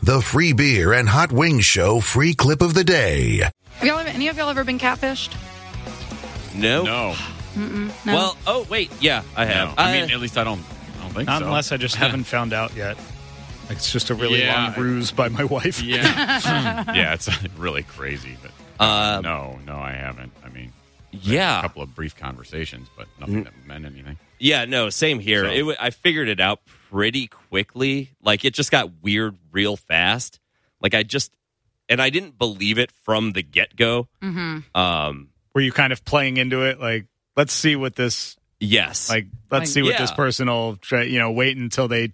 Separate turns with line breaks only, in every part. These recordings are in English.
The Free Beer and Hot Wings Show free clip of the day.
Have y'all ever, any of y'all ever been catfished?
No.
No,
No.
Well, oh wait, yeah, I have.
no. I
Uh,
mean, at least I don't. I don't think
Not
so.
unless I just haven't found out yet. Like, it's just a really
Yeah, I-
long ruse by my wife.
yeah, yeah, it's uh, really crazy. But
Uh,
no, no, I haven't. I mean,
yeah,
a couple of brief conversations, but
Mm.
nothing that meant anything.
yeah. No, same here.
So-
It wa- I figured it out pretty quickly. Like it just got weird real fast. Like I just and I didn't believe it from the get go. Mm-hmm. Um,
Were you kind of playing into it? Like, let's see what this,
yes.
like, let's see what this
yeah.
person will try, you know, wait until they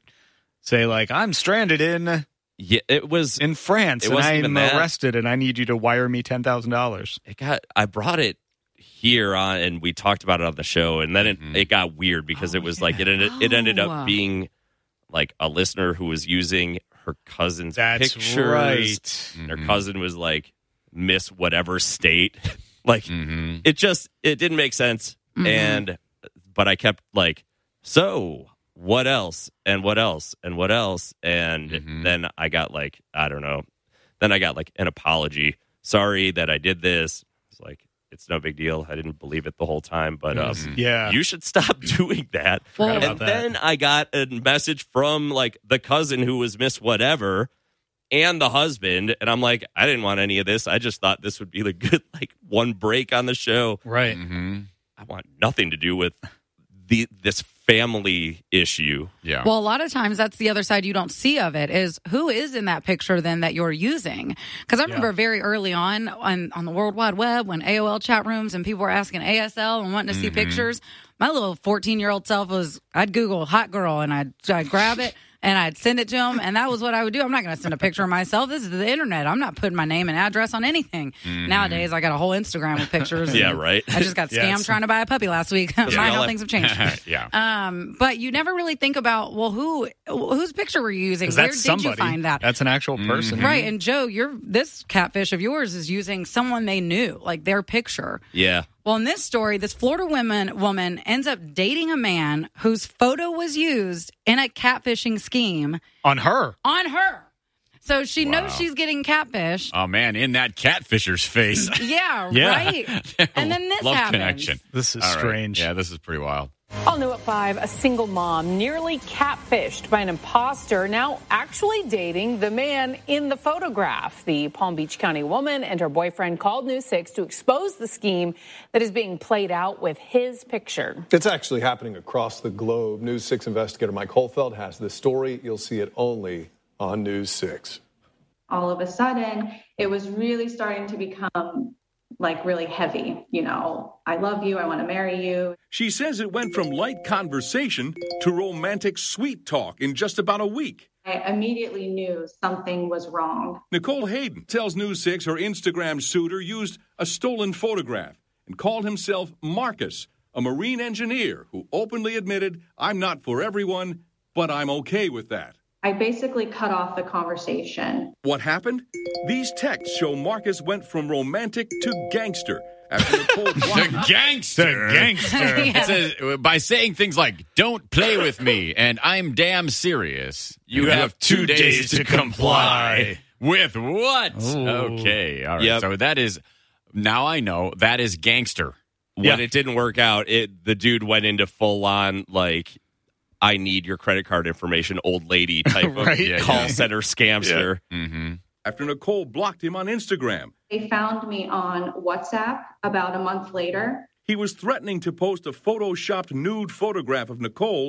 say, like, I'm stranded in
yeah, it was.
in France
It
and
wasn't even
I'm
that.
arrested and I need you to wire me $10,000.
It got. I brought it here on, and we talked about it on the show, and then it,
Mhm.
it got weird because it was like it ended. It ended
Oh.
up being like a listener who was using her cousin's
That's
pictures.
right.
and her cousin was like miss whatever state like
hmm
it just it didn't make sense
Mhm.
and but i kept like so what else and what else and what else and
Mhm.
then i got like i don't know then i got like an apology sorry that i did this it's like it's no big deal i didn't believe it the whole time but um
Yeah.
you should stop doing that.
Well-
and
about that.
then I got a message from like the cousin who was Miss Whatever and the husband. And I'm like, I didn't want any of this. I just thought this would be the good, like one break on the show.
right.
Mm-hmm.
hmm
I want nothing to do with the this family issue.
Yeah.
Well, a lot of times that's the other side you don't see of it is who is in that picture then that you're using. Because I remember very early on, on on the World Wide Web when AOL chat rooms and people were asking ASL and wanting to see
Mm-hmm.
pictures. My little 14 year old self was I'd Google hot girl and I'd, I'd grab it and I'd send it to him and that was what I would do. I'm not going to send a picture of myself. This is the internet. I'm not putting my name and address on anything. Nowadays I got a whole Instagram with pictures.
Mm-hmm. Yeah,
and
right.
I just got scammed
Yeah, it's-
trying to buy a puppy last week. My
we all
how
have-
things have changed.
yeah.
Um, but you never really think about well, who whose picture were you using?
'Cause
Where did
that's somebody.
you find that?
That's an actual person.
right. And Joe, you're this catfish of yours is using someone they knew, like their picture.
Yeah.
Well, in this story, this Florida woman woman ends up dating a man whose photo was used in a catfishing scheme
On her.
on her. So she
Wow.
knows she's getting catfished.
Oh man, in that catfisher's face.
yeah,
Yeah.
right. and then this
Love
happens.
connection.
This is
All right.
strange.
Yeah, this is pretty wild.
All new at five, a single mom nearly catfished by an imposter, now actually dating the man in the photograph. The Palm Beach County woman and her boyfriend called News 6 to expose the scheme that is being played out with his picture.
It's actually happening across the globe. News 6 investigator Mike Holfeld has this story. You'll see it only on News 6.
all of a sudden it was really starting to become like really heavy you know i love you i want to marry you
She says it went from light conversation to romantic sweet talk in just about a week.
i immediately knew something was wrong
Nicole Hayden tells News 6 her Instagram suitor used a stolen photograph and called himself Marcus, a marine engineer who openly admitted, I'm not for everyone, but I'm okay with that.
i basically cut off the conversation
What happened? These texts show Marcus went from romantic to gangster after Nicole blocked
The gangster.
The gangster.
It says by saying things like "Don't play with me" and "I'm damn serious." You, have, two days, to comply. With what? Okay, all right.
Yep.
So that is now I know that is gangster.
When
Yeah.
it didn't work out, it the dude went into full on like I need your credit card information, old lady type
Right.
of
Yeah,
call
yeah.
center scamster.
Mm-hmm.
after Nicole blocked him on Instagram.
they found me on whatsapp about a month later
He was threatening to post a photoshopped nude photograph of Nicole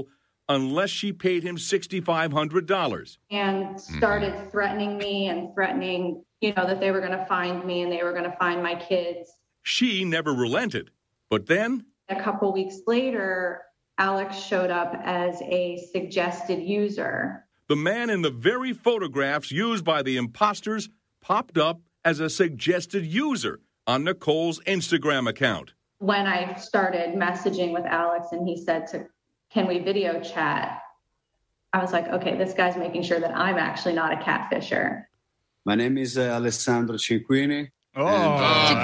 unless she paid him $6,500.
and started threatening me and threatening you know that they were going to find me and they were going to find my kids
She never relented. But then,
a couple weeks later alex showed up as a suggested user
the man in the very photographs used by the imposters popped up as a suggested user on Nicole's Instagram account.
When I started messaging with Alex and he said to can we video chat? I was like, okay, this guy's making sure that I'm actually not a catfisher.
My name is uh, Alessandro Cinquini.
Oh,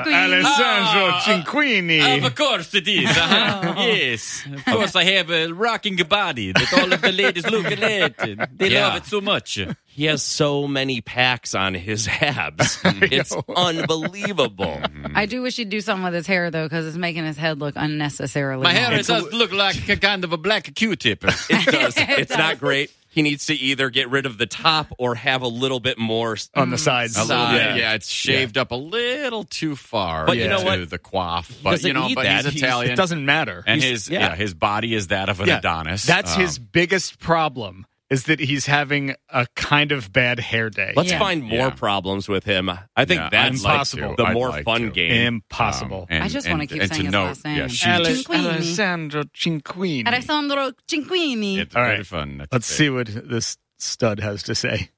Alessandro Cinquini.
of course it is. Uh-huh. yes.
Oh.
Of course, I have a rocking body that all of the ladies look at. They
Yeah.
love it so much.
He has so many packs on his abs. it's unbelievable.
Mm-hmm.
I do wish he'd do something with his hair though, because it's making his head look unnecessarily.
Mm-hmm.
My hair
long.
it does look like a kind of a black Q-tip.
It does. It's not great. He needs to either get rid of the top or have a little bit more.
on the sides.
A little bit,
Yeah.
yeah, it's shaved up a little too far.
But you
into
know what?
The quaff,
doesn't
but you know,
need
but
that.
he's
He's-
Italian,
It doesn't matter.
and
He's-
his yeah. his body is that of an Adonis.
That's
Um,
his biggest problem is that he's having a kind of bad hair day.
Let's
Yeah.
find more
Yeah.
problems with him. I think
Yeah,
that's
I'd like
possible.
to.
the
I'd
more
like
fun
to.
game.
Impossible.
And-
I just wanna
and-
keep
and to
saying his
note,
last name.
Yeah, she,
Alex-
she's
Cinquini.
Alessandro Cinquini.
Alessandro Cinquini.
it's
All
very
right.
fun. That's
Let's
great.
see what this stud has to say.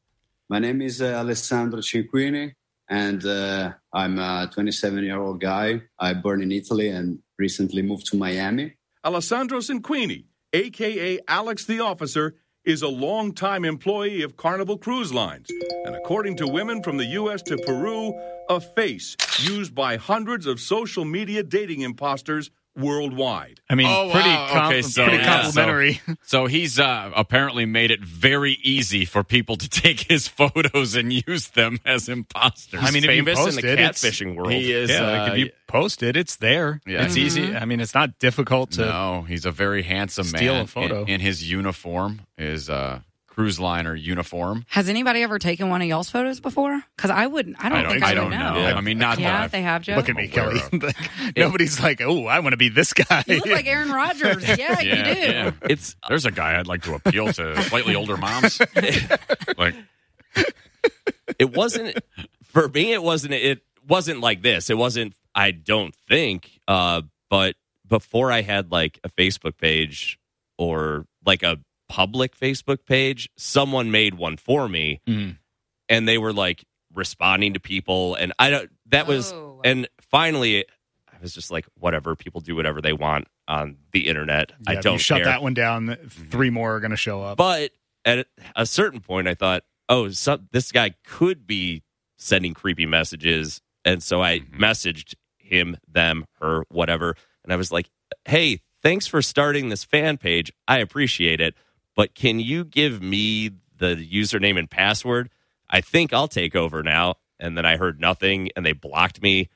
My name is uh, Alessandro Cinquini, and uh, I'm a 27 year old guy. I born in Italy and recently moved to Miami.
Alessandro Cinquini, aka Alex the Officer, is a longtime employee of Carnival Cruise Lines, and according to women from the U.S. to Peru, a face used by hundreds of social media dating imposters worldwide.
I mean,
Oh, wow.
pretty, com-
Okay, so,
pretty
yeah,
complimentary.
So he's uh, apparently made it very easy for people to take his photos and use them as imposters.
I mean, if you
famous in the
post it, it's-
catfishing world.
he is.
yeah,
uh,
like if you post it, it's there.
Yeah.
It's easy.
Mm-hmm.
I mean, it's not difficult to.
no, he's a very handsome
Steal
man.
a photo.
in, in his uniform, his uh, cruise liner uniform.
Has anybody ever taken one of y'all's photos before? Because I wouldn't. I don't think I,
I don't
would
know.
know.
I mean, not
Yeah,
that
if they have Joe.
Look at me,
I'm aware
Kelly. Nobody's like, oh, I want to be this guy.
You look like Aaron Rodgers. Yeah,
I've-
you do.
yeah.
It's
There's a guy I'd like to appeal to slightly older moms. like,
it wasn't for me it wasn't it wasn't like this it wasn't i don't think uh but before i had like a facebook page or like a public facebook page someone made one for me
Mm.
and they were like responding to people and i don't that was
Oh.
and finally i was just like whatever people do whatever they want on the internet i
Yeah, if
don't
You shut
care
that one down.
Mm-hmm.
Three more are going to show up.
but at a certain point, I thought, oh, some, this guy could be sending creepy messages. And so I
Mhm.
messaged him, them, her, whatever. And I was like, hey, thanks for starting this fan page. I appreciate it. But can you give me the username and password? I think I'll take over now. And then I heard nothing and they blocked me.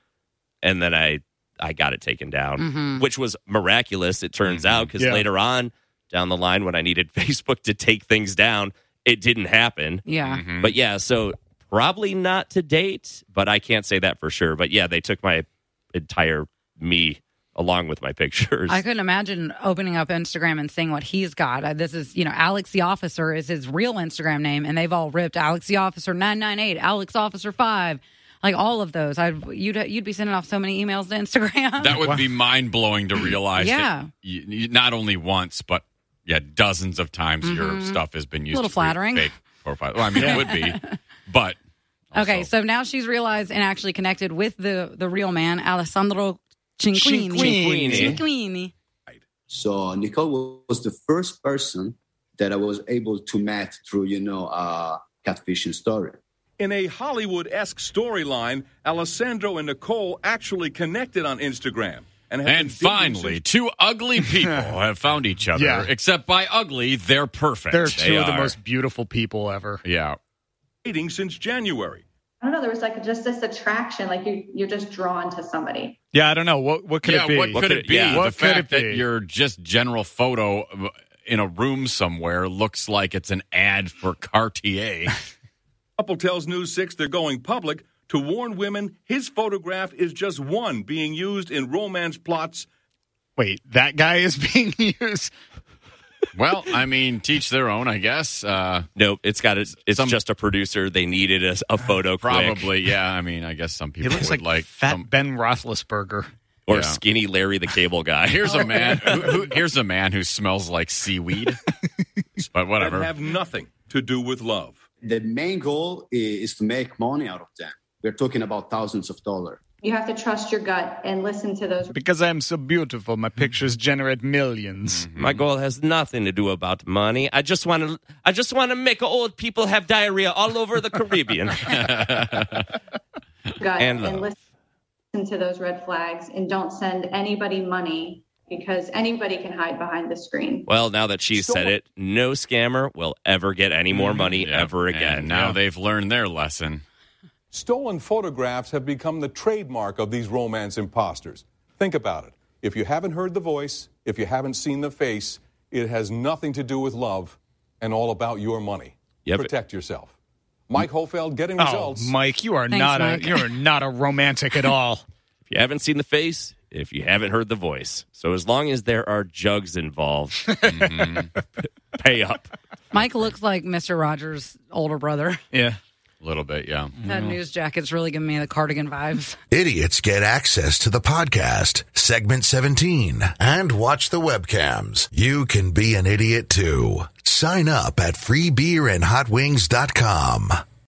And then I, I got it taken down
Mm-hmm.
Mhm.
which was miraculous, it turns
Mhm.
out, because
Yeah.
later on down the line, when I needed Facebook to take things down, it didn't happen.
Yeah.
mhm.
But yeah, so probably not to date, but I can't say that for sure. But yeah, they took my entire me along with my pictures.
I couldn't imagine opening up Instagram and seeing what he's got. Uh, This is, you know, Alex the Officer is his real Instagram name, and they've all ripped Alex the Officer nine nine eight, Alex Officer five, like all of those. I you'd you'd be sending off so many emails to Instagram.
that would be mind blowing to realize.
Yeah.
That you, you- not only once, but yeah, dozens of times your stuff has been
Mm-hmm.
used.
Little
to create
flattering.
Fake profile. Well, I mean, it would be, but
okay, so now she's realized and actually connected with the the real man, Alessandro Cinquini.
Cinquini.
Cinquini.
So Nicole was the first person that I was able to meet through, you know, uh, catfishing story.
In a Hollywood esque storyline, Alessandro and Nicole actually connected on Instagram. And, have been
And
dating
finally,
since-
two ugly people have found each other.
Yeah.
Except by ugly, they're perfect.
They're two
They
of the
are.
most beautiful people ever.
Yeah.
dating since January.
I don't know. There was like just this attraction, like you you're just drawn to somebody.
Yeah, I don't know what what could
yeah.
it be.
What could it be?
yeah.
The
What could
fact
it
that
be?
your just general photo of- uh, in a room somewhere looks like it's an ad for Cartier.
Couple tells News 6 they're going public to warn women his photograph is just one being used in romance plots.
Wait, that guy is being used.
well, I mean, teach their own, I guess. Uh,
nope, it's got it's, it's
Some-
just a producer. They needed a, a photo quick.
probably, yeah. I mean, I guess some
He
people
looks
would
like,
like.
Fat
some-
Ben Roethlisberger.
or
Yeah.
skinny Larry the Cable Guy.
here's a man. Who, who, here's a man who smells like seaweed. but
that
whatever.
have nothing to do with love.
The main goal i- is to make money out of them we're talking about thousands of dollars.
You have to trust your gut and listen to those.
Because I'm so beautiful, my pictures generate 1000000s
My goal has nothing to do about money. I just want to. I just want to make old people have diarrhea all over the Caribbean.
gut
And
and,
love.
listen to those red flags and don't send anybody money because anybody can hide behind the screen.
well, now that she said it, no scammer will ever get any more money ever again.
Mm-hmm. And now
Yeah.
they've learned their lesson.
Stolen photographs have become the trademark of these romance imposters. Think about it. If you haven't heard the voice, if you haven't seen the face, it has nothing to do with love and all about your money. Protect yourself. Mike Hofeld getting
Oh,
results.
Mike, you are
Thanks,
not
Mike.
a you are not a romantic at all.
If you haven't seen the face, if you haven't heard the voice, so as long as there are jugs involved,
Mm-hmm.
pay up.
Mike looks like Mr. Rogers' older brother.
Yeah,
a little bit. Yeah.
That news jacket's really giving me the cardigan vibes.
Idiots get access to the podcast, segment 17, and watch the webcams. You can be an idiot too. Sign up at freebeerandhotwings.com.